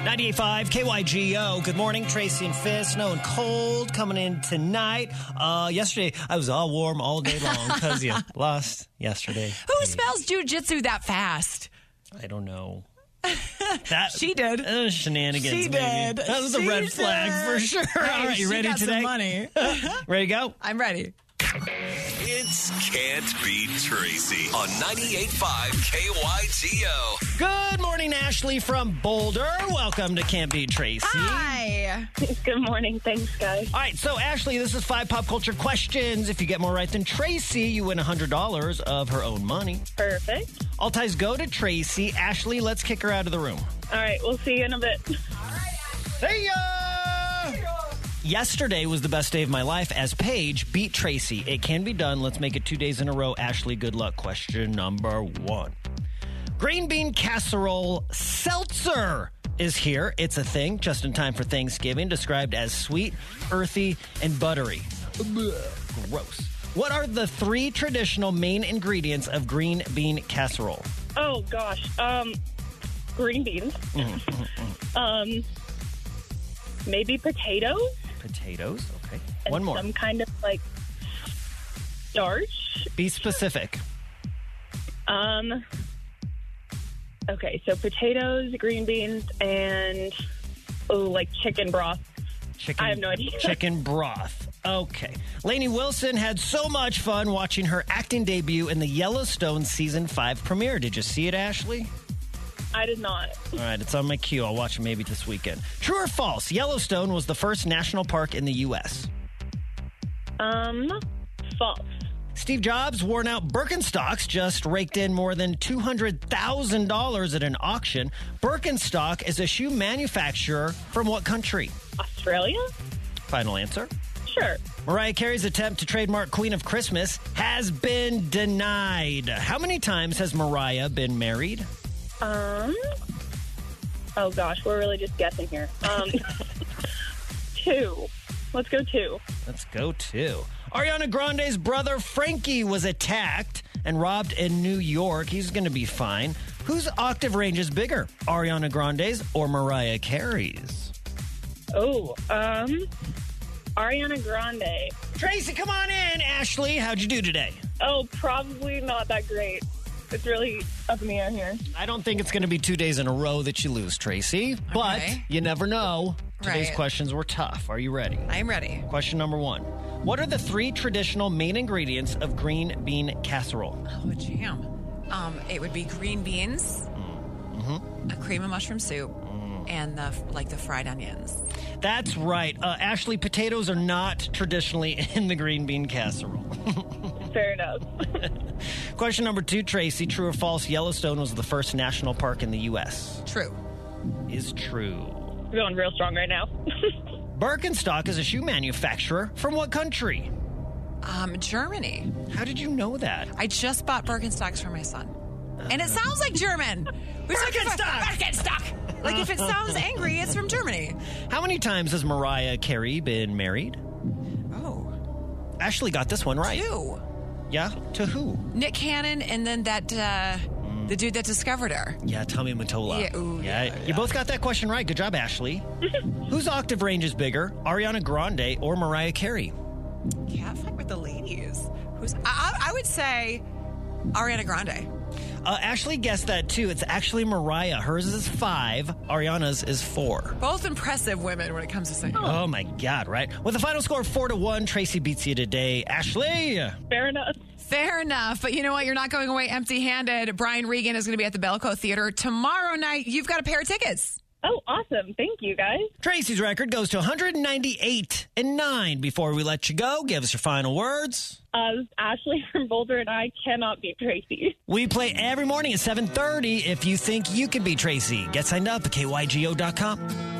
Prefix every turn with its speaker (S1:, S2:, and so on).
S1: 98.5 KYGO. Good morning, Tracy and Fist. Snow and cold coming in tonight. Uh, yesterday, I was all warm all day long because you lost yesterday.
S2: Who spells jujitsu that fast?
S1: I don't know. That
S2: She did.
S1: Uh, shenanigans.
S2: She
S1: maybe.
S2: did.
S1: That was a
S2: She
S1: red
S2: did.
S1: flag for sure. all right, you
S2: She
S1: ready
S2: got some
S1: today?
S2: money.
S1: Ready to go?
S2: I'm ready.
S3: It's Can't Be Tracy on 98.5 KYTO.
S1: Good morning, Ashley from Boulder. Welcome to Can't Be Tracy.
S2: Ah. Hi.
S4: Good morning. Thanks, guys.
S1: All right, so Ashley, this is five pop culture questions. If you get more right than Tracy, you win $100 of her own money.
S4: Perfect.
S1: All ties go to Tracy. Ashley, let's kick her out of the room.
S4: All right. We'll see you in a bit.
S1: Hey Yesterday was the best day of my life as Paige beat Tracy. It can be done. Let's make it two days in a row. Ashley, good luck. Question number one Green bean casserole seltzer is here. It's a thing just in time for Thanksgiving, described as sweet, earthy, and buttery. Blech, Gross. What are the three traditional main ingredients of green bean casserole?
S4: Oh gosh. Um, green beans. um, maybe potatoes.
S1: Potatoes. Okay.
S4: and
S1: One more.
S4: Some kind of like starch.
S1: Be specific.
S4: Um. Okay, so potatoes, green beans, and oh, like chicken broth.
S1: Chicken,
S4: I have no idea.
S1: Chicken broth. Okay. Lainey Wilson had so much fun watching her acting debut in the Yellowstone season five premiere. Did you see it, Ashley?
S4: I did not.
S1: All right, it's on my queue. I'll watch it maybe this weekend. True or false? Yellowstone was the first national park in the U.S.
S4: Um, false.
S1: Steve Jobs' worn out Birkenstocks just raked in more than $200,000 at an auction. Birkenstock is a shoe manufacturer from what country?
S4: Australia?
S1: Final answer.
S4: Sure.
S1: Mariah Carey's attempt to trademark Queen of Christmas has been denied. How many times has Mariah been married?
S4: Um. Oh gosh, we're really just guessing here. Um, two. Let's go two.
S1: Let's go two. Ariana Grande's brother Frankie was attacked and robbed in New York. He's going to be fine. Whose octave range is bigger, Ariana Grande's or Mariah Carey's?
S4: Oh, um, Ariana Grande.
S1: Tracy, come on in. Ashley, how'd you do today?
S4: Oh, probably not that great. It's really up in the air here.
S1: I don't think it's going to be two days in a row that you lose, Tracy. But
S2: Okay.
S1: you never know. Today's
S2: Right.
S1: questions were tough. Are you ready?
S2: I'm ready.
S1: Question number one What are the three traditional main ingredients of green bean casserole?
S2: Oh, jam. Um, it would be green beans, a cream of mushroom soup, and the like the fried onions.
S1: That's right. Uh, Ashley, potatoes are not traditionally in the green bean casserole.
S4: Fair enough.
S1: Question number two Tracy, true or false, Yellowstone was the first national park in the U.S.
S2: True.
S1: Is true.
S4: We're going real strong right now.
S1: Birkenstock is a shoe manufacturer from what country?
S2: Um, Germany.
S1: How did you know that?
S2: I just bought Birkenstocks for my son, and it sounds like German. We just-
S1: Birkenstock!
S2: Birkenstock. Like if it sounds angry, it's from Germany.
S1: How many times has Mariah Carey been married?
S2: Oh,
S1: Ashley got this one right.
S2: two.
S1: Yeah? To who?
S2: Nick Cannon, and then that uh, the dude that discovered her.
S1: Yeah, Tommy Mottola.
S2: Yeah, ooh, yeah,
S1: you both got that question right. Good job, Ashley. Whose octave range is bigger, Ariana Grande or Mariah Carey?
S2: Can't fight with the ladies. Who's I, I, I would say Ariana Grande.
S1: Uh, Ashley guessed that too. It's actually Mariah. Hers is five. Ariana's is four.
S2: Both impressive women when it comes to singing.
S1: Oh my God! Right with a final score of four to one, Tracy beats you today. Ashley,
S4: Fair enough.
S2: Fair enough, but you know what? You're not going away empty-handed. Brian Regan is going to be at the Belco Theater tomorrow night. You've got a pair of tickets.
S4: Oh, awesome. Thank you, guys.
S1: Tracy's record goes to 198 and nine. Before we let you go, give us your final words.
S4: Uh, this is Ashley from Boulder and I cannot beat Tracy.
S1: We play every morning at 7:30. If you think you can be Tracy, get signed up at kygo.com.